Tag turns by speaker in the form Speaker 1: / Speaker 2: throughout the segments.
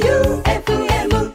Speaker 1: J-O-E-U-F-M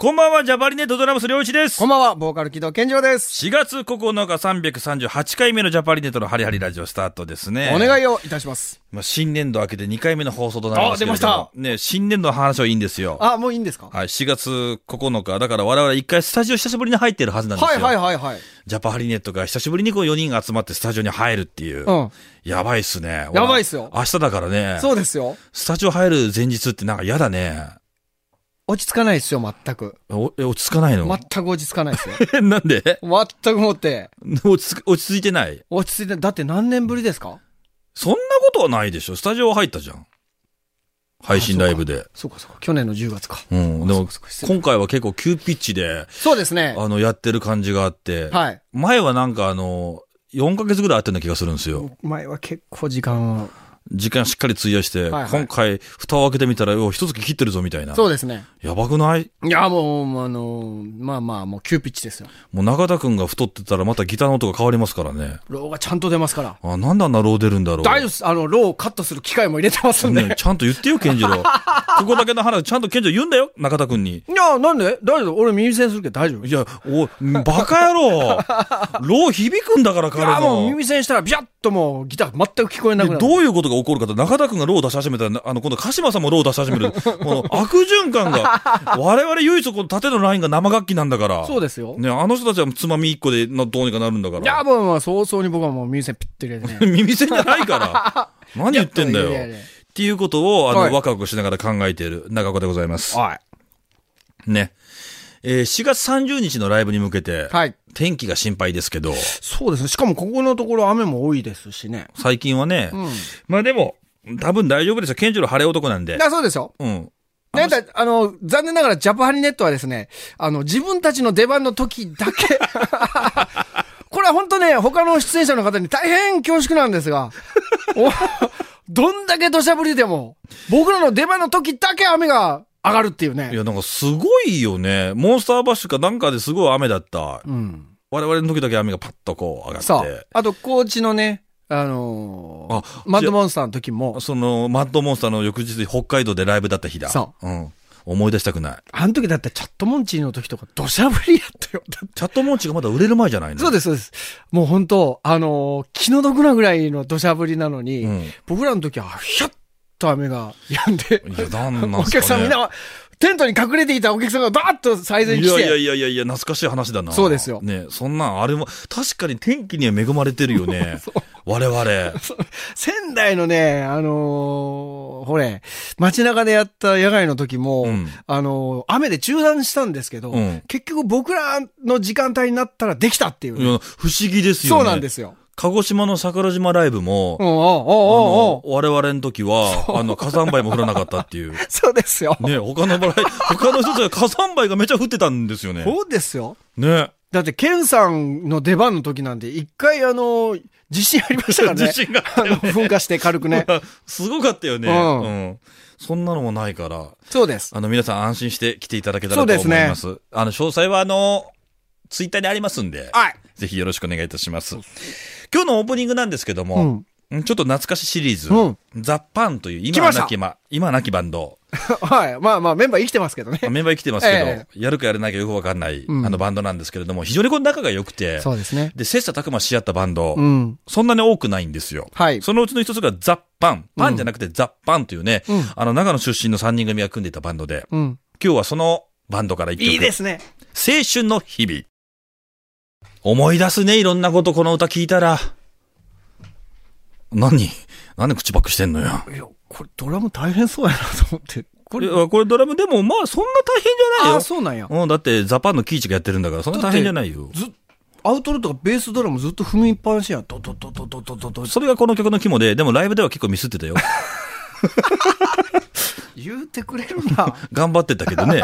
Speaker 2: こんばんは、ジャパリネットドラムス良一です
Speaker 3: こ。んばんは、ボーカル木戸健二郎です。
Speaker 2: 4月9日338回目のジャパリネットのハリハリラジオスタートですね。
Speaker 3: お願
Speaker 2: い。
Speaker 3: いをいたします。
Speaker 2: まあ、新年度明けて2回目の放送となりますけれども。
Speaker 3: あ出ま
Speaker 2: ね、新年度の話はいいんですよ。
Speaker 3: あ、もういいんですか
Speaker 2: はい、4月9日。だから我々一回スタジオ久しぶりに入ってるはずなんです
Speaker 3: は
Speaker 2: よ。
Speaker 3: いはいはいはい。
Speaker 2: ジャパハリネットが久しぶりにこう4人が集まってスタジオに入るっていう。
Speaker 3: うん
Speaker 2: やばいっすね。
Speaker 3: やばいっすよ
Speaker 2: 明日だからね。
Speaker 3: そうですよ。
Speaker 2: スタジオ入る前日ってなんか嫌だね。
Speaker 3: 落ち着かないですよ、全く。
Speaker 2: おえ落ち着かないの、
Speaker 3: 全く落ち着かないです よ。
Speaker 2: なんで
Speaker 3: 全くもって、
Speaker 2: 落ち着落ち着いてない
Speaker 3: 落ち着いて、だって何年ぶりですか
Speaker 2: そんなことはないでしょ。スタジオ入ったじゃん。配信ライブで。
Speaker 3: そうかそうか、去年の10月か。
Speaker 2: うん。で
Speaker 3: そう
Speaker 2: も
Speaker 3: かそうか、失礼
Speaker 2: 今回は結構急ピッチで、
Speaker 3: そうですね。
Speaker 2: あの、やってる感じがあって、
Speaker 3: はい。
Speaker 2: 前はなんかあの、4ヶ月ぐらいあったような気がするんですよ。
Speaker 3: 前は結構時間を。
Speaker 2: 時間しっかり費やして、
Speaker 3: はいはい
Speaker 2: 今回、蓋を開けてみたら、お一月切ってるぞみたいな。
Speaker 3: そうですね。
Speaker 2: やばくない
Speaker 3: いや、もう、もうあのー、まあまあ、もう急ピッチですよ。
Speaker 2: もう中田くんが太ってたらまたギターの音が変わりますからね。
Speaker 3: ローがちゃんと出ますから。
Speaker 2: あ、なんであんなロー出るんだろう。
Speaker 3: 大丈夫です。あの、ローをカットする機械も入れてますんで。
Speaker 2: ね、ちゃんと言ってよ、健次 郎。ここだけの話、ちゃんと健次郎言うんだよ、中田くんに。
Speaker 3: いや、なんで大丈夫俺耳栓するけど大丈夫
Speaker 2: いや、お、バカ野 郎。ロー響くんだから、
Speaker 3: い
Speaker 2: 彼
Speaker 3: や、もう
Speaker 2: の。
Speaker 3: 耳栓したら、ビャッともうギター全く聞こえなくな
Speaker 2: で
Speaker 3: る。
Speaker 2: どういうことが起こるかと、中田くんがローを出し始めたら、あの、今度、鹿島さんもローを出し始め る。この悪循環が、我々唯一この縦のラインが生楽器なんだから。
Speaker 3: そうですよ。
Speaker 2: ね、あの人たちはつまみ一個でなどうにかなるんだから。
Speaker 3: いや、もう、もう早々に僕はもう耳栓ピッて入れてね。
Speaker 2: 耳栓じゃない から。何言ってんだよ。
Speaker 3: いやいやいやいや
Speaker 2: っていうことを、あの、
Speaker 3: はい
Speaker 2: ワクワクしながら考えている中岡でございます。
Speaker 3: は
Speaker 2: ね。えー4月30日のライブに向けて、
Speaker 3: い。はい。
Speaker 2: 天気が心配ですけど、
Speaker 3: そうですね。しかもここのところ雨も多いですしね。
Speaker 2: 最近はね、
Speaker 3: うん。い
Speaker 2: まあでも、多分大丈夫ですよ。健次郎晴れ男なんで。
Speaker 3: や、そうですよ。
Speaker 2: うん。
Speaker 3: なんか、あの、残念ながらジャパハリネットはですね、あの、自分たちの出番の時だ け、これは本当ね、他の出演者の方に大変恐縮なんです が、おどんだけ土砂降りでも、僕らの出番の時だけ雨が上がるっていう
Speaker 2: い
Speaker 3: ね。
Speaker 2: や、なんかすごいよね。モンスターバッシュかなんかですごい雨だった。
Speaker 3: うん。
Speaker 2: 我々の時だけ雨がパッとこう上が
Speaker 3: そ
Speaker 2: っ
Speaker 3: う
Speaker 2: て。。
Speaker 3: あと、高知のね、あのー
Speaker 2: あ
Speaker 3: マッドモンスターの時も、
Speaker 2: その、マッドモンスターの翌日、北海道でライブだった日だ。。
Speaker 3: そう
Speaker 2: うん。思い出したくない。
Speaker 3: あの時だってチャットモンチーの時とか土砂降りやったよ。だって
Speaker 2: チャットモンチがまだ売れる前じゃないの
Speaker 3: そう
Speaker 2: で
Speaker 3: です、そうです。もう本当あのー気の毒なぐらいの土砂降りなのに、
Speaker 2: うん
Speaker 3: 僕らの時は、ひゃっと雨が止んで、
Speaker 2: いや、なんなん
Speaker 3: お
Speaker 2: すか、ね、
Speaker 3: 客さんみんな、テントに隠れていたお客さんがバーッと最前に
Speaker 2: い
Speaker 3: 来
Speaker 2: や
Speaker 3: て、
Speaker 2: いやいやいやいや、懐かしい話だな。
Speaker 3: そうですよ
Speaker 2: ねそんなん、あれも、確かに天気には恵まれてるよ ね。我々。
Speaker 3: 仙台のね、あのーほれ、街中でやった野外の時も、
Speaker 2: うん
Speaker 3: あのー雨で中断したんですけど、
Speaker 2: うん
Speaker 3: 結局僕らの時間帯になったらできたっていうね、
Speaker 2: いや不思議ですよね。
Speaker 3: そうなんですよ。
Speaker 2: 鹿児島の桜島ライブも、
Speaker 3: う
Speaker 2: あの
Speaker 3: ん、おうおうおうおう
Speaker 2: 我々の時は、あの、火山灰も降らなかったって いう。
Speaker 3: そうですよ。
Speaker 2: ね、他の場合、他の人たちは火山灰がめちゃ降ってたんですよね。
Speaker 3: そうですよ。
Speaker 2: ね。
Speaker 3: だって、ケンさんの出番の時なんて、一回、あの、地震ありました からね。
Speaker 2: 地震があったよね
Speaker 3: あの、噴火して軽くね。
Speaker 2: すごかったよね、
Speaker 3: うん
Speaker 2: うん。そんなのもないから、
Speaker 3: そうです。
Speaker 2: あの、皆さん安心して来ていただけた
Speaker 3: そ
Speaker 2: ら
Speaker 3: う
Speaker 2: と
Speaker 3: です
Speaker 2: 思い
Speaker 3: ね
Speaker 2: ます。あの、詳細はあの、ツイッターにありますんで、
Speaker 3: はい。
Speaker 2: ぜひよろしくお願いいたします。今日のオープニングなんですけども、
Speaker 3: うん。
Speaker 2: うんちょっと懐かしシリーズ、
Speaker 3: うん
Speaker 2: ザッパンという今
Speaker 3: 来
Speaker 2: は
Speaker 3: ました
Speaker 2: なきま、今はなきバンド、
Speaker 3: はい。まあまあ、メンバー生きてますけどね。
Speaker 2: まあメンバー生きてますけど、
Speaker 3: え
Speaker 2: やるかやらないかよくわかんない、
Speaker 3: うん
Speaker 2: あのバンドなんですけれども、非常にこの仲が良くて、
Speaker 3: そうですね。
Speaker 2: で、切磋琢磨し合ったバンド、
Speaker 3: うん。
Speaker 2: そんなに多くないんですよ。
Speaker 3: はい。
Speaker 2: そのうちの一つがザッパン。パンじゃなくてザッパンというね、
Speaker 3: うん
Speaker 2: あの長野出身の3人組が組んでいたバンドで、
Speaker 3: うん。
Speaker 2: 今日はそのバンドから一曲。
Speaker 3: いいですね。
Speaker 2: 青春の日々。思い出すね、いろんなことこの歌聞いたら。何何で口ばっくしてんのよ。
Speaker 3: いや、これドラム大変そうやなと思って。こ
Speaker 2: これ、これドラムでも、まあそんな大変じゃない
Speaker 3: あ
Speaker 2: よ。
Speaker 3: あ、そうなんや。
Speaker 2: うん、だってザパンのキイチがやってるんだから、そんな大変じゃないよ。
Speaker 3: ずっアウトロとかベースドラムずっと踏みっぱなしやん。ドドドドドドドド。
Speaker 2: それがこの曲の肝で、でもライブでは結構ミスっ てたよ。
Speaker 3: 言うてくれる な。
Speaker 2: 頑張ってたけどね。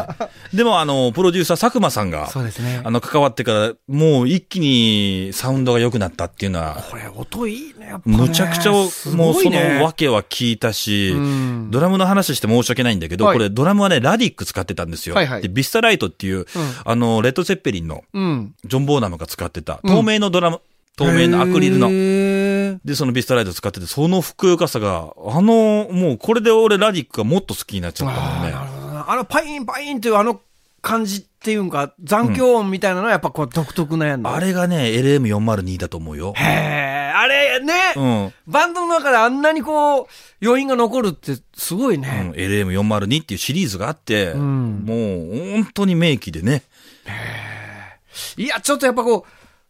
Speaker 2: でもあの、プロデューサー佐久間さんが、
Speaker 3: そうですね
Speaker 2: あ。の、関わってから、もう一気にサウンドが良くなったっていうのは、
Speaker 3: これ、音いいね、やっぱね。
Speaker 2: むちゃくちゃ、もう
Speaker 3: す
Speaker 2: そ
Speaker 3: ごいね
Speaker 2: の訳は聞いたし、
Speaker 3: うん
Speaker 2: ドラムの話して申し訳ないんだけど、
Speaker 3: はい
Speaker 2: これドラムはね、ラディック使ってたんですよ。
Speaker 3: はいはい
Speaker 2: で、ビスタライトっていう、あの、レッド・ゼッペリンの
Speaker 3: うん。
Speaker 2: ジョン・ボーナムが使ってた、透明のドラム、透明のアクリルの。
Speaker 3: の。
Speaker 2: で、そのビスタライト使ってて、そのふくよかさが、あの、もうこれで俺ラディックがもっと好きになっちゃったもん
Speaker 3: あー
Speaker 2: ね。
Speaker 3: なるほどなあのパインパインというあの感じっていうんか、残響音みたいなのはやっぱこう独特なやんの。
Speaker 2: あれがね、LM402 だと思うよ。
Speaker 3: へえ、あれね、
Speaker 2: うん。
Speaker 3: バンドの中であんなにこう、余韻が残るってすごい
Speaker 2: うん、
Speaker 3: ね。
Speaker 2: LM402 っていうシリーズがあって、
Speaker 3: ん
Speaker 2: もう本当に名機でね。
Speaker 3: いや、ちょっとやっぱこ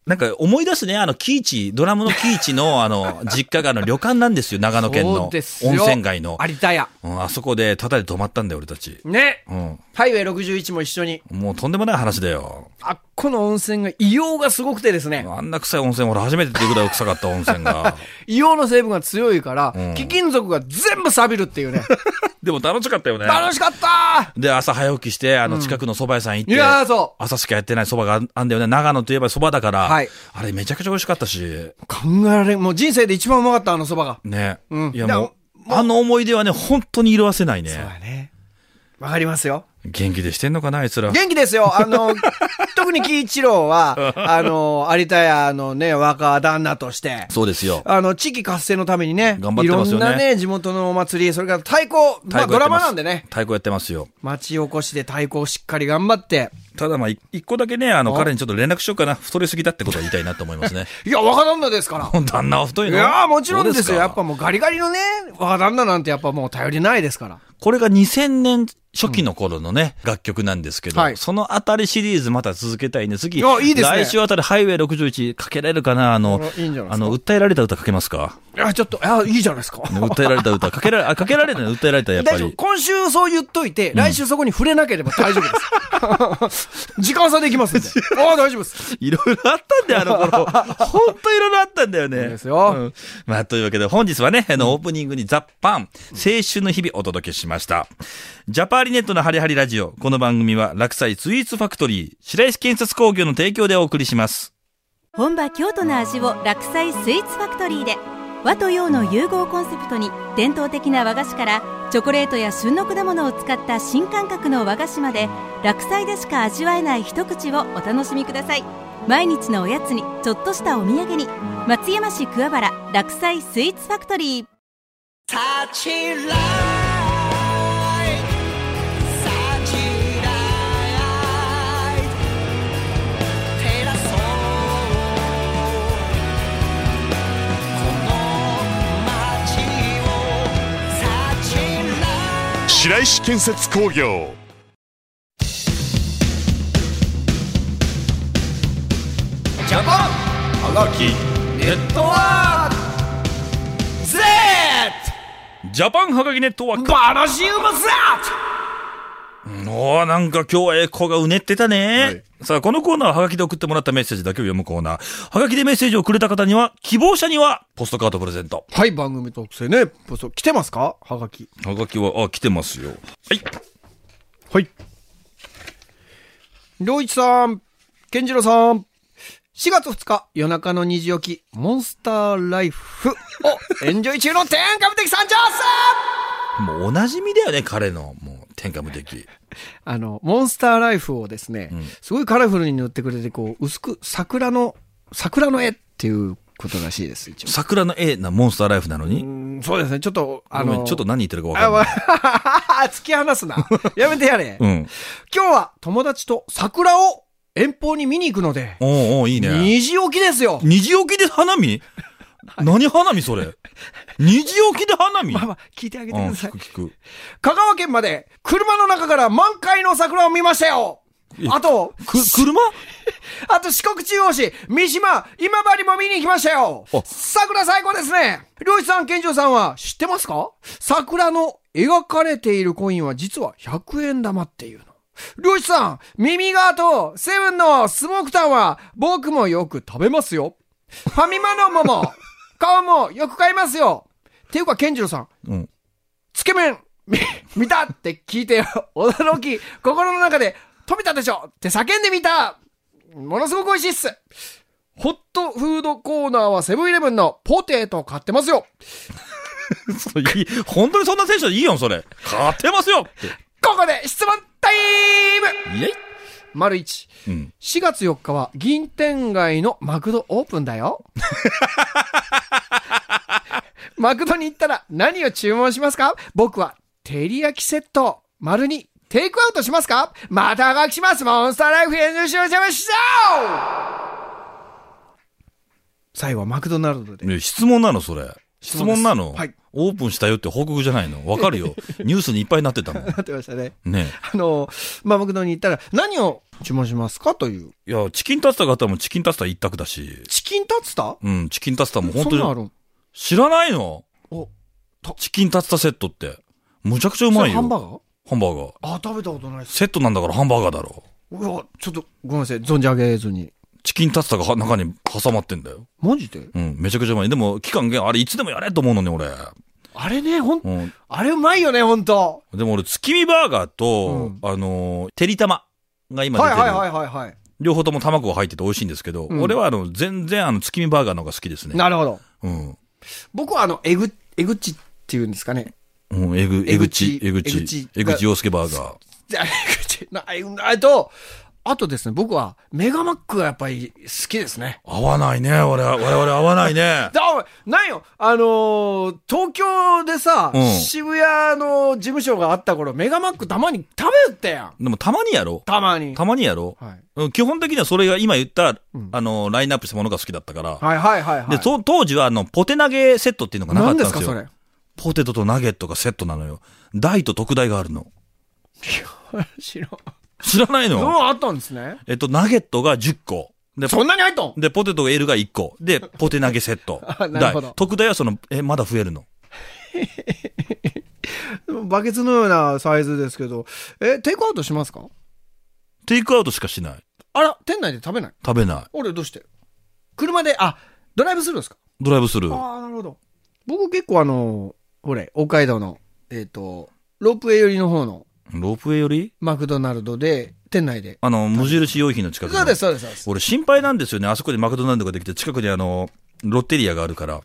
Speaker 2: なんか思い出すね、あの、キーチ、ドラムのキーチの、 あの、実家があの旅館なんですよ、長
Speaker 3: う、
Speaker 2: 野県
Speaker 3: そ
Speaker 2: の。
Speaker 3: うですよ
Speaker 2: 温泉街の。
Speaker 3: 有田屋。
Speaker 2: うん、あそこでタダで泊まったんだよ、俺たち。
Speaker 3: ね。
Speaker 2: うん。
Speaker 3: ハイウェイ61も一緒に。
Speaker 2: もうとんでもない話だよ。
Speaker 3: あっこの温泉が異様がすごくてですね。
Speaker 2: あんな臭い温泉、俺初めてっていうぐらい臭かった温泉 が。
Speaker 3: 硫黄の成分が強いから、
Speaker 2: うん
Speaker 3: 貴金属が全部錆びるっていうね。
Speaker 2: でも楽しかったよね。
Speaker 3: 楽しかった
Speaker 2: で、朝早起きして、あの、近くの蕎麦屋さん行っ
Speaker 3: ーい
Speaker 2: て、
Speaker 3: やー、そう。
Speaker 2: 朝しかやってない蕎麦がああんだよね。長野といえば蕎麦だから、
Speaker 3: はい
Speaker 2: あれめちゃくちゃ美味しかったし、
Speaker 3: 考えられん。もう人生で一番うまかった、あの蕎麦が。
Speaker 2: ね。
Speaker 3: うん
Speaker 2: いや
Speaker 3: だ
Speaker 2: もう、あの思い出はね、本当に色褪せないね。
Speaker 3: だね。わかりますよ。
Speaker 2: 元気でしてんのかな、あいつら。
Speaker 3: 元気ですよ。あの、特に喜一郎は、あの、有田屋のね、若旦那として、
Speaker 2: そうですよ。
Speaker 3: あの、地域活性のためにね、
Speaker 2: 頑張ってますよね
Speaker 3: いろんなね、地元のお祭り、それから太鼓、まあ
Speaker 2: 太鼓
Speaker 3: ド
Speaker 2: やって
Speaker 3: ラ
Speaker 2: ま
Speaker 3: マ
Speaker 2: す
Speaker 3: なんでね、
Speaker 2: 太鼓やってますよ。
Speaker 3: 町おこしで太鼓をしっかり頑張って、
Speaker 2: ただまあ、い一個だけね、あの、
Speaker 3: お
Speaker 2: 彼にちょっと連絡しようかな。太りすぎだってことは言いたいなと思います ね。
Speaker 3: いや、若旦那ですから。
Speaker 2: 旦那は太い
Speaker 3: い
Speaker 2: の
Speaker 3: やーもちろんです
Speaker 2: そう
Speaker 3: よ。
Speaker 2: か
Speaker 3: やっぱもうガリガリのね、若旦那なんてやっぱもう頼りないですから。
Speaker 2: これが2000年初期の頃のね、楽曲なんですけど、
Speaker 3: はい
Speaker 2: そのあたりシリーズまた続けたいんで、次、
Speaker 3: あいいですね
Speaker 2: 来週あたりハイウェイ61かけられるかなあの、
Speaker 3: あいいんじゃないですか
Speaker 2: あの、訴えられた歌かけますか
Speaker 3: いや、ちょっと、いや、いいじゃないですか。
Speaker 2: ね訴えられた 歌、かけられ、あ、かけられない、訴えられたやっぱ
Speaker 3: 大丈夫。
Speaker 2: り。
Speaker 3: 今週そう言っといて、来週そこに触れなければ大丈夫 です。時間差できますんで。ああ、大丈夫です。
Speaker 2: いろいろあったんだよ、あ の頃。ほんといろいろあったんだよね。
Speaker 3: ですよ
Speaker 2: んまあ、というわけで本日はね、あの、オープニングにザッパン、青春の日々お届けしました。ジャパーリネットのハリハリラジオ。この番組は、落栽スイーツファクトリー、白石建設工業の提供でお送りします。
Speaker 4: 本場京都の味を落菜スイーツファクトリーで和と洋の融合コンセプトに伝統的な和菓子からチョコレートや旬の果物を使った新感覚の和菓子まで落菜でしか味わえない一口をお楽しみください毎日のおやつにちょっとしたお土産に松山市桑原落菜スイーツファクトリー
Speaker 5: 白石建設工業
Speaker 3: ジャパン
Speaker 2: はがき、ネットワー
Speaker 3: Z!
Speaker 2: クジャパンはがきネットワーク。
Speaker 3: バラシウム Z!
Speaker 2: おーなんか今日は栄光がうねってたね。
Speaker 5: はい
Speaker 2: さあ、このコーナーははがきで送ってもらったメッセージだけを読むコーナー。はがきでメッセージをくれた方には、希望者には、ポストカードプレゼント。
Speaker 3: はい、番組特製ね。そう来てますかはがき。
Speaker 2: はがきは、あ、来てますよ。はい。
Speaker 3: はい。良一さん、健次郎さん、4月2日、夜中の2時起き、モンスターライフをエンジョイ中の天下無敵三条さ
Speaker 2: もうお馴染みだよね、彼の。もう、天下無敵。
Speaker 3: んあの、モンスターライフをですね、すごいカラフルに塗ってくれて、こう、薄く桜の、桜の絵っていうことらしいです、一応。
Speaker 2: 桜の絵なモンスターライフなのに。
Speaker 3: うんそうですね、ちょっと、あ
Speaker 2: ごめ
Speaker 3: の、
Speaker 2: んちょっと何言ってるかわか
Speaker 3: あ、
Speaker 2: んな
Speaker 3: わ、
Speaker 2: い。
Speaker 3: 突き放すな。やめてやれ。
Speaker 2: うん。
Speaker 3: 今日は友達と桜を遠方に見に行くので、
Speaker 2: おーおーいいね。
Speaker 3: 虹起きですよ。
Speaker 2: 虹起きで花見何花見それ。虹起きで花見
Speaker 3: まあまあ、聞いてあげて
Speaker 2: うん、
Speaker 3: くださ
Speaker 2: 聞
Speaker 3: い
Speaker 2: く。聞く。
Speaker 3: 香川県まで、車の中から満開の桜を見ましたよ
Speaker 2: え
Speaker 3: あと、
Speaker 2: く、車
Speaker 3: あと四国中央市、三島、今治も見に行きましたよ
Speaker 2: あ
Speaker 3: 桜最高ですね漁師さん、健常さんは知ってますか桜の描かれているコインは実は100円玉っていうの。漁師さん、耳側とセブンのスモークタンは僕もよく食べますよ。ファミマの 桃、顔もよく買いますよ。っていうか、健次郎さん、
Speaker 2: うん。
Speaker 3: つけ麺、み、見たって聞いて、驚き、心の中で、飛びたでしょって叫んでみたものすごく美味しいっすホットフードコーナーはセブンイレブンのポテト買ってますよ
Speaker 2: そういい本当にそんな選手でいいよ、それ。勝てますよって。
Speaker 3: ここで質問タイム
Speaker 2: イェイ
Speaker 3: 丸一、
Speaker 2: うん
Speaker 3: 4月4日は銀天街のマクドオープンだよ。 マクドに行ったら何を注文しますか僕は照り焼きセット。丸にテイクアウトしますかまたがきします。モンスターライフ編集しましょう最後はマクドナルドで。
Speaker 2: ね質問なのそれ。質
Speaker 3: 質問で
Speaker 2: 問
Speaker 3: す
Speaker 2: なの、
Speaker 3: はい
Speaker 2: オープンしたよって報告じゃないのわかる よ。ニュースにいっぱいなってたもん。
Speaker 3: なってましたね。
Speaker 2: ね
Speaker 3: あの、まあ、マクドに行ったら何を注文しますかという。
Speaker 2: いや、チキンタツタがあったらもうチキンタツタ一択だし。
Speaker 3: チキンタツタ
Speaker 2: うん、チキンタツタも本
Speaker 3: そんなんあ
Speaker 2: 当
Speaker 3: る
Speaker 2: に。
Speaker 3: ん
Speaker 2: 知らないの
Speaker 3: お、
Speaker 2: チキンタツタセットって。むちゃくちゃうまいよ。
Speaker 3: ハンバーガー
Speaker 2: ハンバーガー。
Speaker 3: あ、食べたことないです。
Speaker 2: セットなんだからハンバーガーだろ。
Speaker 3: うわ、ちょっと、ごめんなさい、存じ上げずに。
Speaker 2: チキンタツタがは中に挟まってんだよ。
Speaker 3: マジで
Speaker 2: うん、めちゃくちゃうまい。でも、期間限あれいつでもやれと思うのね、俺。
Speaker 3: あれね、ほん、
Speaker 2: うん。
Speaker 3: あれうまいよね、ほんと。
Speaker 2: でも俺、月見バーガーと、
Speaker 3: うん
Speaker 2: あのー、てりたまが今出
Speaker 3: はい
Speaker 2: てる。
Speaker 3: はいはいはいはい。
Speaker 2: 両方とも卵が入ってて美味しいんですけど、
Speaker 3: うん
Speaker 2: 俺はあの、全然あの、月見バーガーの方が好きですね。
Speaker 3: なるほど。
Speaker 2: うん。
Speaker 3: 僕はあの、えぐ、えぐちっていうんですかね。
Speaker 2: うん、えぐ、え
Speaker 3: え
Speaker 2: ぐ
Speaker 3: ぐ
Speaker 2: ち
Speaker 3: ち、
Speaker 2: えぐち、え
Speaker 3: え
Speaker 2: ぐ
Speaker 3: ぐ
Speaker 2: ち
Speaker 3: ち
Speaker 2: 洋介バーガー。
Speaker 3: じゃあえぐち、な、えぐあと、あとですね、僕は、メガマックがやっぱり好きですね。
Speaker 2: 合わないね、俺は、我々合わない ね。
Speaker 3: だ、おいなんよ、あのー東京でさ、
Speaker 2: うん
Speaker 3: 渋谷の事務所があった頃、メガマックたまに食べよったやん。
Speaker 2: でもたまにやろ
Speaker 3: たまに。
Speaker 2: たまにやろ、
Speaker 3: はい
Speaker 2: うん基本的にはそれが今言った、
Speaker 3: うん
Speaker 2: あの、ラインナップしたものが好きだったから。
Speaker 3: はいはいはいはい。
Speaker 2: で、と当時はあの、ポテ投げセットっていうのがなかっ
Speaker 3: 何で
Speaker 2: たん
Speaker 3: す
Speaker 2: で
Speaker 3: か、
Speaker 2: すよ。
Speaker 3: それ。
Speaker 2: ポテトとナゲットがセットなのよ。大と特大があるの。
Speaker 3: 知らん。
Speaker 2: 知らない
Speaker 3: うん
Speaker 2: の、
Speaker 3: あったんですね。
Speaker 2: えっと、ナゲットが10個。で、
Speaker 3: そんなに入っとん
Speaker 2: で、ポテト L が1個。
Speaker 3: 。
Speaker 2: で、ポテ投げセット
Speaker 3: あなるほど
Speaker 2: 大特大はその、え、まだ増えるの。
Speaker 3: バケツのようなサイズですけど、え、テイクアウトしますか
Speaker 2: テイクアウトしかしない。
Speaker 3: あら、店内で食べない
Speaker 2: 食べない。
Speaker 3: 俺どうして車で、あ、ドライブスルーですか
Speaker 2: ドライブスルー。
Speaker 3: ああ、なるほど。僕結構あの、ほれ、北海道の、えっ、と、ロープウェイ寄りの方の
Speaker 2: ロープウェイより
Speaker 3: マクドナルドで、店内で。
Speaker 2: あの、無印良品の近くの
Speaker 3: そうです、そうです、そうです。
Speaker 2: 俺心配なんですよね。あそこでマクドナルドができて、近くにあの、ロッテリアがあるから。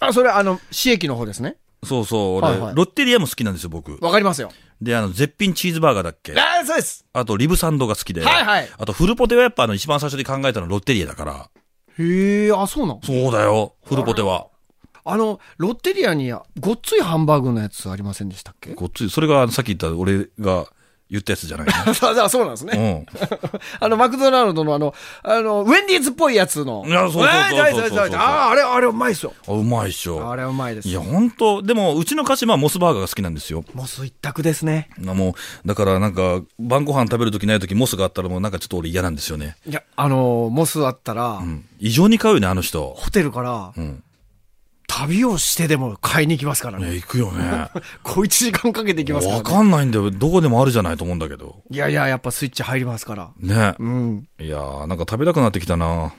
Speaker 3: あ、それあの、市駅の方ですね。
Speaker 2: そうそう、俺、
Speaker 3: はいはい
Speaker 2: ロッテリアも好きなんですよ、僕。
Speaker 3: わかりますよ。
Speaker 2: で、あの、絶品チーズバーガーだっけ
Speaker 3: ああ、そうです。
Speaker 2: あと、リブサンドが好きで。
Speaker 3: はいはい
Speaker 2: あと、フルポテはやっぱあの、一番最初に考えたのはロッテリアだから。
Speaker 3: へえ、あ、そうなん
Speaker 2: そうだよ、フルポテは。
Speaker 3: あの、ロッテリアに、ごっついハンバーグのやつありませんでしたっけ
Speaker 2: こっち、それがあのさっき言った俺が言ったやつじゃない
Speaker 3: そうそうそうなん ですね。
Speaker 2: ね。
Speaker 3: あの、マクドナルドのあの、あの、ウェンディーズっぽいやつの。
Speaker 2: いやそうそうそうそうそう
Speaker 3: えー大丈夫大丈夫ああ、あれ、あれうまいっすよ。
Speaker 2: うん。あうまいっし
Speaker 3: あ
Speaker 2: ょ。
Speaker 3: れうまいです。
Speaker 2: いや、本当でも、うちの鹿島はモスバーガーが好きなんですよ。
Speaker 3: モス一択ですね。
Speaker 2: なもう、だからなんか、晩ご飯食べるときないとき、モスがあったらもうなんかちょっと俺嫌なんですよね。
Speaker 3: いや、あの、モスあったら、
Speaker 2: うん。異常に買うよね、あの 人。
Speaker 3: ホテルから、
Speaker 2: ん
Speaker 3: 旅をしてでも買いに行きますからね。
Speaker 2: ね、行くよ ね。
Speaker 3: 小1時間かけて行きますから、
Speaker 2: わ
Speaker 3: ね。
Speaker 2: かんないんだよ。どこでもあるじゃないと思うんだけど。
Speaker 3: いやいや、やっぱスイッチ入りますから。
Speaker 2: ね。
Speaker 3: うん。
Speaker 2: いやー、なんか食べたくなってきたな。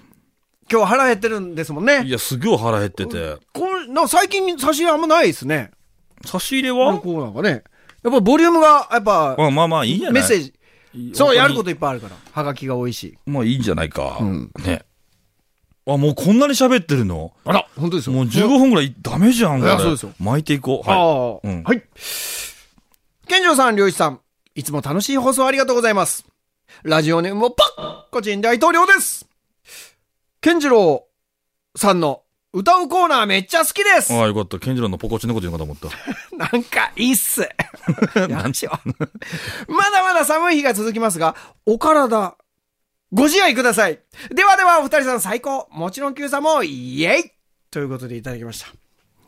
Speaker 3: 今日腹減ってるんですもん
Speaker 2: い
Speaker 3: ね。
Speaker 2: や、すげえ腹減ってて。
Speaker 3: これ、な最近差し入れあんまないですね。
Speaker 2: 差し入れ
Speaker 3: こ
Speaker 2: は
Speaker 3: うなんかね。やっぱボリュームが、やっぱ、
Speaker 2: まあまあまあ、いいんじゃな
Speaker 3: メ
Speaker 2: い
Speaker 3: ッセージ。
Speaker 2: ジ
Speaker 3: そう、やることいっぱいあるから。はがきが多いし。
Speaker 2: まあいいんじゃないか。
Speaker 3: ん
Speaker 2: ね。あ、もうこんなに喋ってるの
Speaker 3: あら、本当ですよ。
Speaker 2: もう15分ぐらいダメじゃん、
Speaker 3: い
Speaker 2: これ
Speaker 3: やそうですよ
Speaker 2: 巻いていこう。
Speaker 3: あ
Speaker 2: は
Speaker 3: あ、
Speaker 2: うん
Speaker 3: はい。健常さん、漁師さん、いつも楽しい放送ありがとうございます。ラジオネームをパッコチン大統領です。健次郎さんの歌うコーナーめっちゃ好きです
Speaker 2: い。。ああ、よかった。ケンジロンのポコチンのこと言うのかと思った。
Speaker 3: なんかいいっ す。何しよう。まだまだ寒い日が続きますが、お体、ご自愛ください。ではでは、お二人さん最高。もちろん Q さんも、イエイということでいただきました。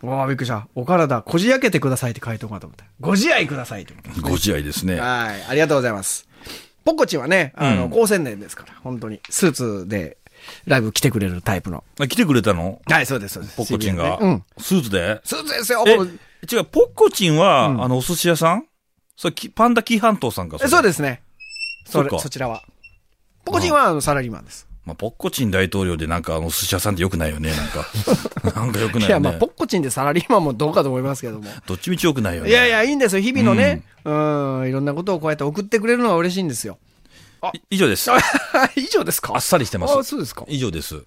Speaker 3: わあ、びっくりした。お体、こじ開けてくださいって書いておこうかと思った。ご自愛くださいって思っ
Speaker 2: ご自愛ですね
Speaker 3: た。。はい、ありがとうございます。ポコチンはね、あの、
Speaker 2: うん
Speaker 3: 高専年ですから、本当に。スーツで、ライブ来てくれるタイプの。
Speaker 2: あ来てくれたの
Speaker 3: はい、そうです、そうです。
Speaker 2: ポッコチンが。
Speaker 3: 渋谷でねうん。
Speaker 2: スーツで
Speaker 3: スーツですよ、
Speaker 2: え、違う、ポッコチンは、
Speaker 3: うん
Speaker 2: あの、お寿司屋さんそれ、きパンダ紀伊半島さんか。。
Speaker 3: えそうですすね。
Speaker 2: そ
Speaker 3: そう
Speaker 2: か
Speaker 3: れそちらは。ポコチンはあのサラリーマンです。
Speaker 2: まあ、ポッコチン大統領でなんか、あの、お寿司屋さんってよくないよね、 なんか。なんかよく
Speaker 3: い
Speaker 2: ない
Speaker 3: や、
Speaker 2: よ
Speaker 3: まあ、
Speaker 2: ね
Speaker 3: ポ。ッコチンでサラリーマンもどうかと思いますけども。
Speaker 2: どっちみちよくないよね。
Speaker 3: いやいや、いいんですよ。日々のね、うん、いろんなことをこうやって送ってくれるのは嬉しいんですよ。
Speaker 2: い。以上です。
Speaker 3: 以上ですか
Speaker 2: あっさりしてます
Speaker 3: あ、そうですか。
Speaker 2: 以上です。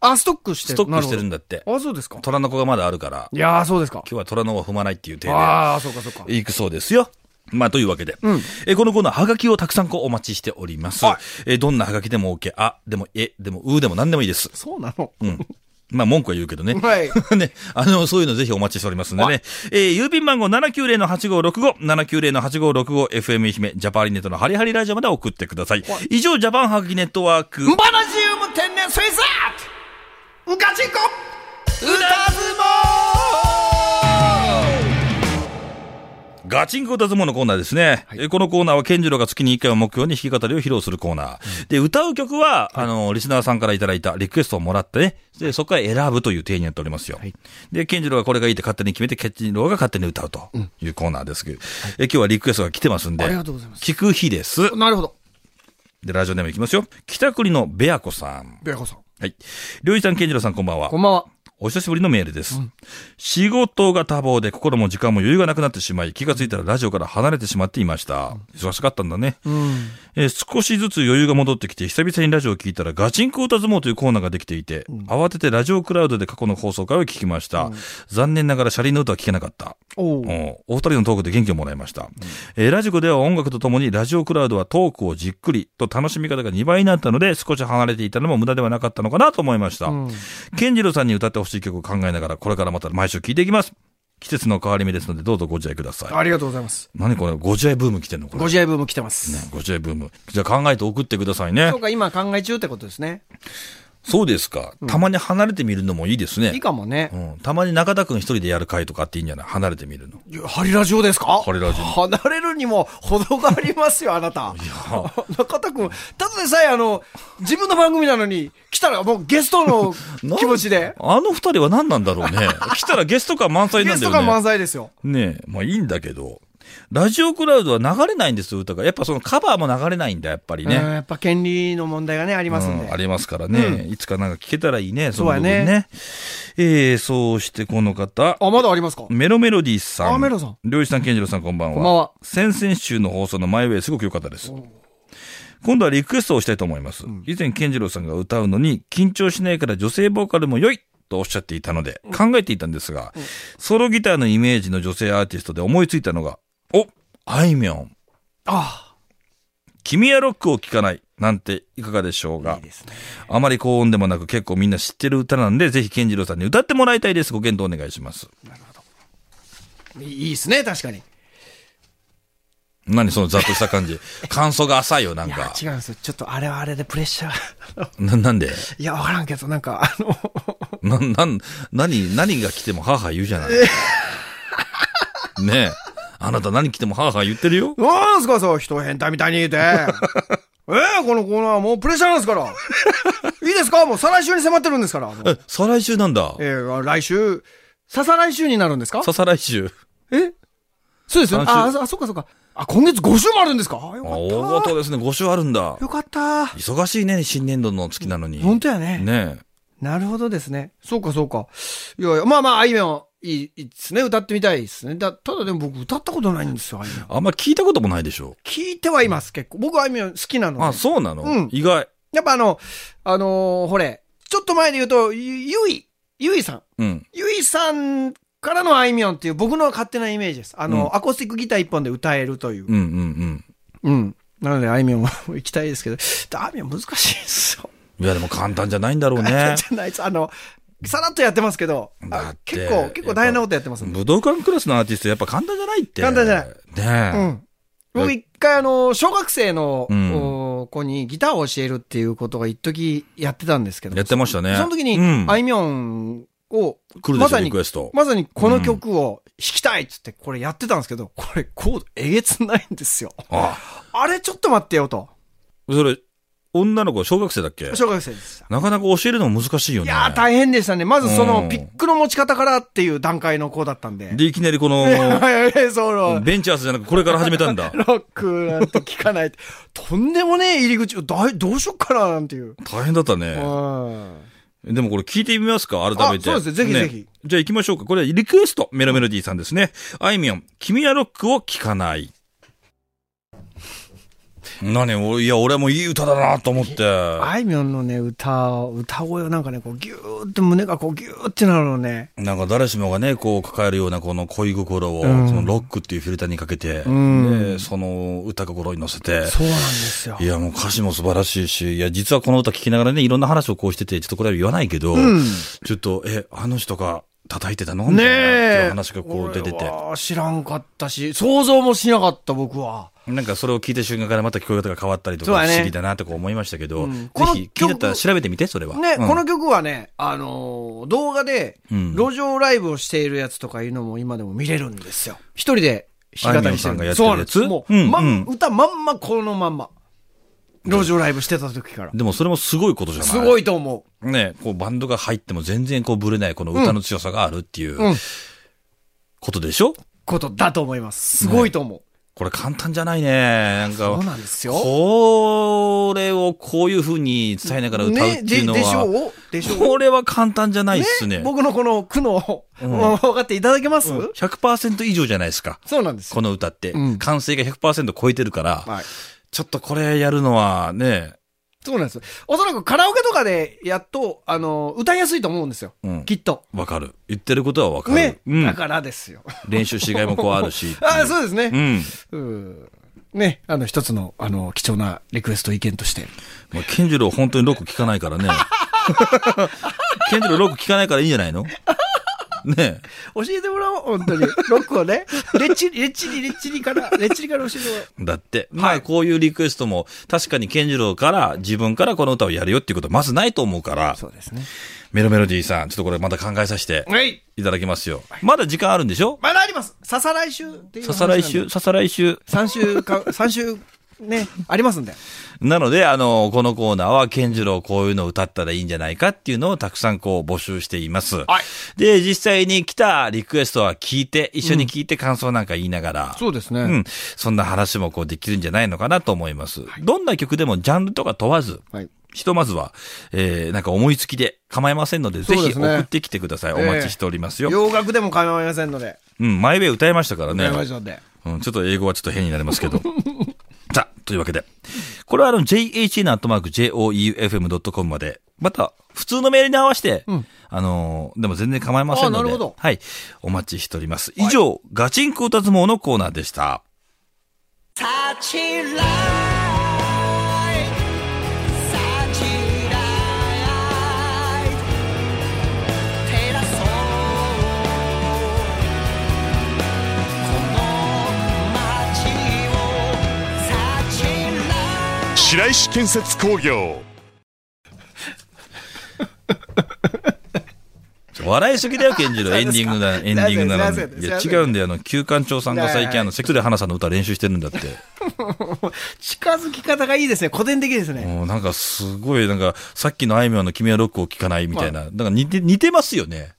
Speaker 3: あ、ストックして
Speaker 2: ス
Speaker 3: る。
Speaker 2: トックしてるん
Speaker 3: だ。
Speaker 2: だって。
Speaker 3: あ、そうですか。
Speaker 2: 虎の子がまだあるから、
Speaker 3: いやー、そうですか。
Speaker 2: 今日は虎の子は踏まないっていう手で、
Speaker 3: ああ、そうかそうか。
Speaker 2: 行くそうですよ。まあ、というわけで。えーこのコーナー、はがきをたくさんこうお待ちしております。
Speaker 3: はい
Speaker 2: えーどんなはがきでも OK。あ、でも、え、でも、うでも何でもいいです。
Speaker 3: そうなの
Speaker 2: うん。 まあ、文句は言うけどね。
Speaker 3: はい。
Speaker 2: ね、あの、そういうのぜひお待ちしておりますんでね。えー郵便番号790-8565、790-8565、FM 愛媛、ジャパンリネットのハリハリラジオまで送ってください。以上、ジャパンハガキネットワーク。
Speaker 3: んばらじゅうも天然水産んかちんこ歌相撲
Speaker 2: ガチンコ歌相撲のコーナーですね。えーこのコーナーは、健次郎が月に1回を目標に弾き語りを披露するコーナー。で、歌う曲は、あの、リスナーさんからいただいたリクエストをもらってね、で、そこから選ぶという体になっておりますよ。で、健次郎がこれがいいって勝手に決めて、健次郎が勝手に歌うというコーナーですけど、えー今日はリクエストが来てますんで、
Speaker 3: ありがとうございます
Speaker 2: 聞く日です。
Speaker 3: なるほど。
Speaker 2: で、ラジオネームいきますよ。北国のベア子さん。
Speaker 3: ベアコさん。
Speaker 2: はい。りょうじさん、健次郎さん、こんばんは
Speaker 3: こ。んばんは。
Speaker 2: お久しぶりのメールです。仕事が多忙で心も時間も余裕がなくなってしまい、気がついたらラジオから離れてしまっていました。忙しかったんだね。えー少しずつ余裕が戻ってきて、久々にラジオを聞いたらガチンコ歌相撲というコーナーができていて、慌ててラジオクラウドで過去の放送回を聞きました。残念ながら車輪の歌は聞けなかった。
Speaker 3: お
Speaker 2: うんお二人のトークで元気をもらいました。えーラジコでは音楽とともに、ラジオクラウドはトークをじっくりと楽しみ方が2倍になったので、少し離れていたのも無駄ではなかったのかなと思いました。健次郎さんに歌ってほしい曲を考えながら、これからまた毎週聴いていきます。季節の変わり目ですので、どうぞご自愛ください。
Speaker 3: ありがとうございます。
Speaker 2: 何これ、ご自愛ブーム来てんのこれ。
Speaker 3: ご自愛ブーム来てます。
Speaker 2: ご自愛ブーム。じゃあ考えて送ってくださいね
Speaker 3: そう。か、今考え中ってことですね。
Speaker 2: そうですか。たまに離れてみるのもいいですね。
Speaker 3: いいかもね
Speaker 2: う。ん、たまに中田くん一人でやる回とかあっていいんじゃない離れてみるの。
Speaker 3: いやハリラジオですか
Speaker 2: ハリラジオ
Speaker 3: 離れるにも程がありますよ、あなた。中田君、ただでさえあの、自分の番組なのに、来たらもうゲストの
Speaker 2: なん
Speaker 3: 気持ちで、
Speaker 2: あの二人は何なんだろうね。 来たらゲスト感満載
Speaker 3: ゲ
Speaker 2: なん
Speaker 3: ス
Speaker 2: だよ
Speaker 3: ト
Speaker 2: ね。
Speaker 3: が満載ですよ。
Speaker 2: ねえ、まあいいんだけど。ラジオクラウドは流れないんですよ、歌が。やっぱそのカバーも流れないんだ、やっぱり
Speaker 3: うん
Speaker 2: ね。
Speaker 3: やっぱ権利の問題がね、ありますん
Speaker 2: う
Speaker 3: で。
Speaker 2: んありますからね、いつかなんか聞けたらいいね、その
Speaker 3: そうや
Speaker 2: 部
Speaker 3: ね
Speaker 2: 分ね。えー、そうしてこの方。
Speaker 3: あ、まだありますか
Speaker 2: メロメロディーさん。
Speaker 3: あメロさん。
Speaker 2: 漁師さん、健次郎さん、こんばんは。
Speaker 3: こんばんは
Speaker 2: 先々週の放送の前ウェイ、すごく良かったです。今度はリクエストをしたいと思います。以前、健次郎さんが歌うのに、緊張しないから女性ボーカルも良いとおっしゃっていたので、考えていたんですが、ソロギターのイメージの女性アーティストで思いついたのが、おあいみょん。
Speaker 3: あ
Speaker 2: 君はロックを聴かない。なんていかがでしょうが
Speaker 3: あ、いい。ですね。
Speaker 2: あまり高音でもなく結構みんな知ってる歌なんで、ぜひ健次郎さんに歌ってもらいたいです。ご検討お願いします。
Speaker 3: いいいいですね、確かに。い
Speaker 2: 何そのざっとした感 じ。感想が浅いよ、なん
Speaker 3: や
Speaker 2: か。、
Speaker 3: 違うんですよ。ちょっとあれはあれでプレッシャー。
Speaker 2: な、なんで
Speaker 3: いや、わからんけど、なんか、あの、
Speaker 2: な、なん、何、何が来ても母言うじゃない。ねえ。あなた何来ても母言ってるよ。
Speaker 3: なんすか、そう、人変態みたいに 言うて。えー、このコーナーはもうプレッシャーなんですから。いいですかもう再来週に迫ってるんですから。もう
Speaker 2: え、再来週なんだ。
Speaker 3: えー、来週、ささ来週になるんですか
Speaker 2: ささ来週。
Speaker 3: えそうですよ
Speaker 2: 再
Speaker 3: ね。
Speaker 2: 来
Speaker 3: あ、あ、あそっかそっか。あ、今月5週もあるんですかあよ
Speaker 2: あ、
Speaker 3: か
Speaker 2: 大
Speaker 3: った。
Speaker 2: 事ですね。5週あるんだ。
Speaker 3: よかった。
Speaker 2: 忙しいね、新年度の月なのに。
Speaker 3: 本当やね。
Speaker 2: ね
Speaker 3: なるほどですね。そうかそうか。いやいや、まあまあ、あいみょん、いい、いいですね。歌ってみたいですね。だ、ただでも僕歌ったことないんですよ、あいみょん。
Speaker 2: あんま聞いたこともないでしょ。
Speaker 3: 聞いてはいます、結構。僕はあいみょん好きなので。
Speaker 2: あ、そうなの、
Speaker 3: うん
Speaker 2: 意外。
Speaker 3: やっぱあの、あのーほれ、ちょっと前で言うと、ゆ、ゆい、ゆいさん。
Speaker 2: うん。
Speaker 3: ゆいさんからのあいみょんっていう僕の勝手なイメージです。あの、
Speaker 2: う
Speaker 3: アコースティックギター一本で歌えるという
Speaker 2: う。んうんうん。
Speaker 3: うん。なので、あいみょんも行きたいですけど、あいみょん難しいですよ。
Speaker 2: いや、でも簡単じゃないんだろうね。
Speaker 3: じゃないです。あの、さらっとやってますけど、
Speaker 2: だっ
Speaker 3: あ
Speaker 2: て
Speaker 3: 結構、結構大変なことやってますん で。
Speaker 2: 武道館クラスのアーティストやっぱ簡単じゃないって。
Speaker 3: 簡単じゃ
Speaker 2: ない。
Speaker 3: う
Speaker 2: ね
Speaker 3: ん。僕一回あの、小学生の、
Speaker 2: うん
Speaker 3: お子にギターを教えるっていうことが一時やってたんですけ
Speaker 2: え。
Speaker 3: ど、
Speaker 2: やってましたね。
Speaker 3: その時に、
Speaker 2: うん、
Speaker 3: あいみょんを、
Speaker 2: 来るで
Speaker 3: ま
Speaker 2: しょ、
Speaker 3: さ
Speaker 2: リ
Speaker 3: に
Speaker 2: クエスト。
Speaker 3: まさにこの曲を弾きたいっつってこれやってたんですけど、これコードえげつないんですよ。
Speaker 2: あ
Speaker 3: あれちょっと待ってよと。
Speaker 2: それ、女の子、小学生だっけ
Speaker 3: 小学生です。
Speaker 2: なかなか教えるのも難しいよ
Speaker 3: い
Speaker 2: ね。
Speaker 3: やー大変でしたね。まずそうの
Speaker 2: ん
Speaker 3: ピックの持ち方からっていう段階の子だったんで。
Speaker 2: で、いきなりこの、
Speaker 3: はいはい、 その、
Speaker 2: ベンチャーズじゃなくこれから始めたん だ。
Speaker 3: ロックなんて聞かないって。とんでもねえ入り口をだいどうしよっかななんていう。
Speaker 2: 大変だった
Speaker 3: う
Speaker 2: ね。
Speaker 3: ん
Speaker 2: でもこれ聞いてみますか改めて。
Speaker 3: あそうですねぜひぜひ
Speaker 2: じゃあ行きましょうか。これはリクエスト。メロメロディーさんですね。あいみょん、君はロックを聴かない。何俺、いや、俺もいい歌だなと思って。
Speaker 3: あいみょんのね、歌、歌声をなんかね、こう、ぎゅーって胸がこう、ぎゅーってなるのね。
Speaker 2: なんか誰しもがね、こう抱えるようなこの恋心を、
Speaker 3: うん
Speaker 2: そのロックっていうフィルターにかけて、でその歌心に乗せて、
Speaker 3: そうなんですよ
Speaker 2: い。やもう歌詞も素晴らしいし、いや実はこの歌聴きながらね、いろんな話をこうしてて、ちょっとこれは言わないけど、ちょっと、え、あの人が叩いてたのみた
Speaker 3: ね
Speaker 2: いなってい
Speaker 3: え
Speaker 2: う。話がこう出てて
Speaker 3: 俺、は知らんかったし、想像もしなかった僕は。
Speaker 2: なんかそれを聞いた瞬間からまた聞こえ方が変わったりとか、
Speaker 3: そうだね
Speaker 2: 不思議だなとか思いましたけど、
Speaker 3: うん
Speaker 2: ぜ
Speaker 3: この
Speaker 2: ひ気になったら調べてみて、それは。
Speaker 3: ね、
Speaker 2: うん
Speaker 3: この曲はね、あのー動画で、
Speaker 2: うん
Speaker 3: 路上ライブをしているやつとかいうのも今でも見れるんですよ。一人で弾き語りして
Speaker 2: あいみょんさんが
Speaker 3: る
Speaker 2: やって
Speaker 3: そう
Speaker 2: る
Speaker 3: なん
Speaker 2: や
Speaker 3: で
Speaker 2: つ
Speaker 3: す。もう、
Speaker 2: うん
Speaker 3: まん
Speaker 2: うん
Speaker 3: 歌まんまこのまんま。路上ライブしてた時から。
Speaker 2: でもそれもすごいことじゃない
Speaker 3: すごいと思
Speaker 2: ね、こうバンドが入っても全然こうブレないこの歌の強さがあるっていう、
Speaker 3: う。うん。
Speaker 2: ことでしょ
Speaker 3: ことだと思います。すごいと思う。
Speaker 2: これ簡単じゃないね。なん
Speaker 3: そ
Speaker 2: か
Speaker 3: う、なんですよ。
Speaker 2: これをこういう風に伝えながら歌うっ
Speaker 3: ね、
Speaker 2: てい
Speaker 3: で、
Speaker 2: うの
Speaker 3: でし
Speaker 2: は、
Speaker 3: ょうでしょう
Speaker 2: これは簡単じゃないっすね。
Speaker 3: ね、僕のこの苦悩を、 分かっていただけます、
Speaker 2: 100%以上じゃないですか。
Speaker 3: そうなんですよ。
Speaker 2: この歌って。
Speaker 3: うん
Speaker 2: 完成が100%超えてるから、
Speaker 3: はい。
Speaker 2: ちょっとこれやるのはね、
Speaker 3: そうなんですよ。おそらくカラオケとかでやっと、あの、歌いやすいと思うんですよ。
Speaker 2: うん
Speaker 3: きっと。
Speaker 2: わかる。言ってることはわかる。
Speaker 3: ね、
Speaker 2: うん
Speaker 3: だからですよ。。
Speaker 2: 練習しがいもこうあるし
Speaker 3: あそうです
Speaker 2: う
Speaker 3: ね。
Speaker 2: ん。
Speaker 3: うん。ね、あの、一つの、あの、貴重なリクエスト意見として。
Speaker 2: まあ、ケンジロー本当にロック聞かないから ね。ケンジローロック聞かないからいいんじゃないのね
Speaker 3: 教えてもらおう、本当に。ロックを ね。レッチリ、レッチリ、レッチリから、レッチリから教えてもらおう。
Speaker 2: え。だって、まあこういうリクエストも確かにケンジローから自分からこの歌をやるよっていうことはまずないと思うから、
Speaker 3: そうですね。
Speaker 2: メロメロディーさん、ちょっとこれまた考えさせて
Speaker 3: はい。
Speaker 2: いただきますよ。まだ時間あるんでしょ
Speaker 3: まだあります。ささ来週っていう
Speaker 2: さ
Speaker 3: 話
Speaker 2: さ来週、ささ来週。
Speaker 3: なんで。3週間、 三週、ね、ありますんで。
Speaker 2: なので、あの、このコーナーは、ケンジローこういうのを歌ったらいいんじゃないかっていうのをたくさんこう募集しています。
Speaker 3: はい
Speaker 2: で、実際に来たリクエストは聞いて、一緒に聞いて感想なんか言いながら、
Speaker 3: そうですね
Speaker 2: うん。そんな話もこうできるんじゃないのかなと思います。どんな曲でもジャンルとか問わず、
Speaker 3: はい。
Speaker 2: ひとまずは、えー、なんか思いつきで構いませんので、ぜ
Speaker 3: そうで
Speaker 2: ひ
Speaker 3: すね
Speaker 2: 送ってきてください。お待ちしておりますよ。
Speaker 3: 洋楽でも構いませんので。
Speaker 2: うん、マイウェイ歌いましたからね。
Speaker 3: ね、ラジオで。
Speaker 2: うん、ちょっと英語はちょっと変になりますけど。 さあ、というわけで。これはあの、jhn アットマーク joufm.com まで、また、普通のメールに合わせて、あのーでも全然構いませんの
Speaker 3: あな
Speaker 2: で、
Speaker 3: るほど
Speaker 2: はい、お待ちしております。以上、ガチンコ歌相撲のコーナーでした。
Speaker 5: 白石建設工業
Speaker 2: 笑いすぎだよ、ケンジロー。エンディング だ、エンディングなの
Speaker 3: すいませ
Speaker 2: に。
Speaker 3: ん
Speaker 2: い
Speaker 3: すい
Speaker 2: や、
Speaker 3: ません
Speaker 2: 違うんだよ。あの、旧館長さんが最
Speaker 3: はい
Speaker 2: 近、
Speaker 3: はい
Speaker 2: あの、セクで花さんの歌練習してるんだ って。
Speaker 3: 近づき方がいいですね。古典的ですね。
Speaker 2: うん、なんか、すごい、なんか、さっきのあいみょんの君はロックを聴かないみたいな。なんか、似て、似てますよね。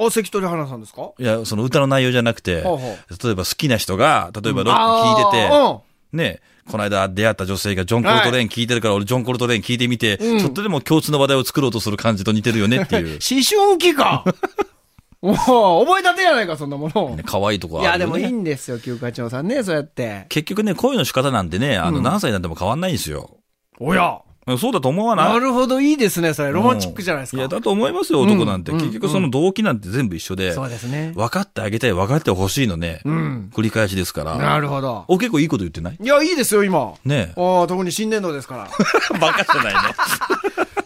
Speaker 3: あ、関取花さんですか
Speaker 2: いや、その歌の内容じゃなくて、
Speaker 3: ほうほ
Speaker 2: 例えば好きな人が、例えばロック聴いてて、
Speaker 3: あ。
Speaker 2: ね、この間出会った女性がジョン・コルトレーン聴いてるから、俺ジョン・コルトレーン聴いてみて、ちょっとでも共通の話題を作ろうとする感じと似てるよねっていう
Speaker 3: 思春 期かおお覚えたてやないか、そんなもの。
Speaker 2: ね可愛いとこ
Speaker 3: い
Speaker 2: はある
Speaker 3: や、で
Speaker 2: よ、
Speaker 3: も
Speaker 2: ね。
Speaker 3: いいんですよ、旧館長さんね、そうやって。
Speaker 2: 結局ね、恋の仕方なんてね、あの、何歳になっても変わんないんですよ。
Speaker 3: おや
Speaker 2: そうだと思わない
Speaker 3: なるほど、いいですね、それ。ロマンチックじゃないです
Speaker 2: い
Speaker 3: か。
Speaker 2: や、だと思いますよ、男なんて。
Speaker 3: うん
Speaker 2: 結局その動機なんて全部一緒で、
Speaker 3: そうですね。
Speaker 2: 分かってあげたい、分かってほしいのね、
Speaker 3: ん
Speaker 2: 繰り返しですから。
Speaker 3: なるほど。
Speaker 2: お、結構いいこと言ってない
Speaker 3: いや、いいですよ、今。
Speaker 2: ねえ。
Speaker 3: ああ、特に新年度ですから。
Speaker 2: バカじゃないね。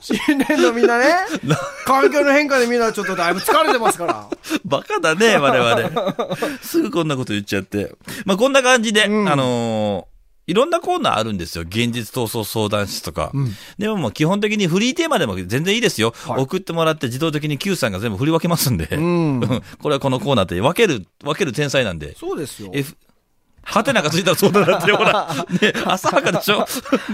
Speaker 3: 新年度みんな ね、環境の変化でみんなちょっとだいぶ疲れてますから。
Speaker 2: バカだ ね、我々。すぐこんなこと言っちゃって。まあ、こんな感じで、
Speaker 3: うん
Speaker 2: あのーいろんなコーナーあるんですよ。現実闘争相談室とか。でももう基本的にフリーテーマでも全然いいですよ。
Speaker 3: い
Speaker 2: 送ってもらって自動的に Q さんが全部振り分けますんで。
Speaker 3: ん
Speaker 2: これはこのコーナーって分ける、分ける天才なんで。
Speaker 3: そうで すよ。
Speaker 2: F はてながついたらそうだなって、ほら。ね、浅はかでしょ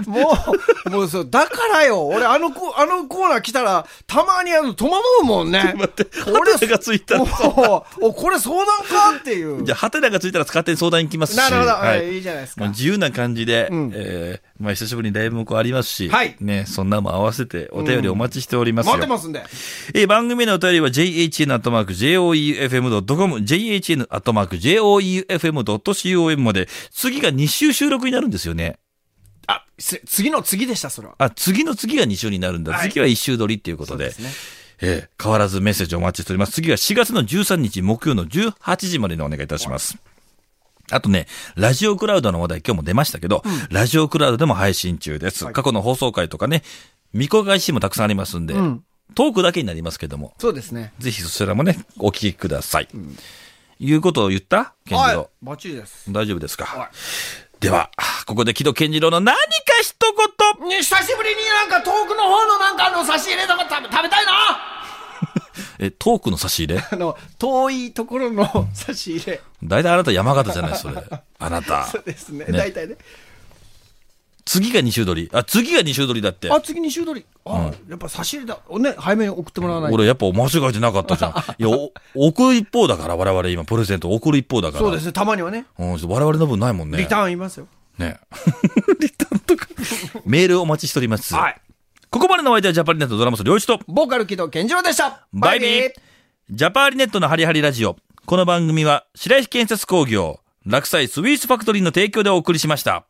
Speaker 3: もう、もうそう、だからよ、俺あのコ、あのコーナー来たら、たまにあの、戸惑うもんね。
Speaker 2: 待って、はてながついたら。
Speaker 3: もう、お、これ相談かっていう。
Speaker 2: じゃあ、はてながついたら勝手に相談に来ますし。
Speaker 3: なるほど、
Speaker 2: は
Speaker 3: はい、いいじゃないです
Speaker 2: もう
Speaker 3: か。
Speaker 2: 自由な感じで、
Speaker 3: ん
Speaker 2: えーまあ久しぶりにライブもこうありますし、
Speaker 3: はい
Speaker 2: ね、そんなも合わせてお便りお待ちしておりますよ。
Speaker 3: 待ってますんで。
Speaker 2: えー番組のお便りは jhn.joeufm.com、jhn.joeufm.com まで、次が2週収録になるんですよね。
Speaker 3: あ、す次の次でした、それは。
Speaker 2: あ、次の次が2週になるんだ。次は1週取りっていうことで。ええ変わらずメッセージお待ちしております。次は4月の13日木曜の18時までにお願いいたします。あとね、ラジオクラウドの話題今日も出ましたけど、ラジオクラウドでも配信中です。過去の放送回とかね、未公開シーンもたくさんありますんで、トークだけになりますけども、
Speaker 3: そうですね。
Speaker 2: ぜひそちらもね、お聞きください。いうことを言った健次郎。
Speaker 3: い。バッチリです。
Speaker 2: 大丈夫です
Speaker 3: は
Speaker 2: か
Speaker 3: い
Speaker 2: では、ここで木戸健次郎の何か一言
Speaker 3: ね、久しぶりになんか遠くの方のなんかあの差し入れとか食べ食べたいな
Speaker 2: え、トークの差し入れ
Speaker 3: あの、遠いところの差し入れ。
Speaker 2: 大体あなた山形じゃない、それ。あなた。
Speaker 3: そうですね。
Speaker 2: ね
Speaker 3: 大体ね。
Speaker 2: 次が二週取り。あ、次が二週取りだって。
Speaker 3: あ、次に週取り。あ、やっぱ差し入れだ。おね、早めに送ってもらわないと。
Speaker 2: 俺やっぱ間違えてなかった じゃん。いや、お送る一方だから、我々今、プレゼント送る一方だから。
Speaker 3: そうですね。たまにはね。
Speaker 2: うん、ちょっと我々の分ないもんね。
Speaker 3: リターンいますよ。
Speaker 2: ね。リターンとか。 メールお待ちしております。
Speaker 3: はい。
Speaker 2: ここまでのお相手はジャパリネットドラマス両一と、
Speaker 3: ボーカル木戸健次郎でした。
Speaker 2: バイビー。ジャパーリネットのハリハリラジオ。この番組は、白石建設工業、落栽スイーツファクトリーの提供でお送りしました。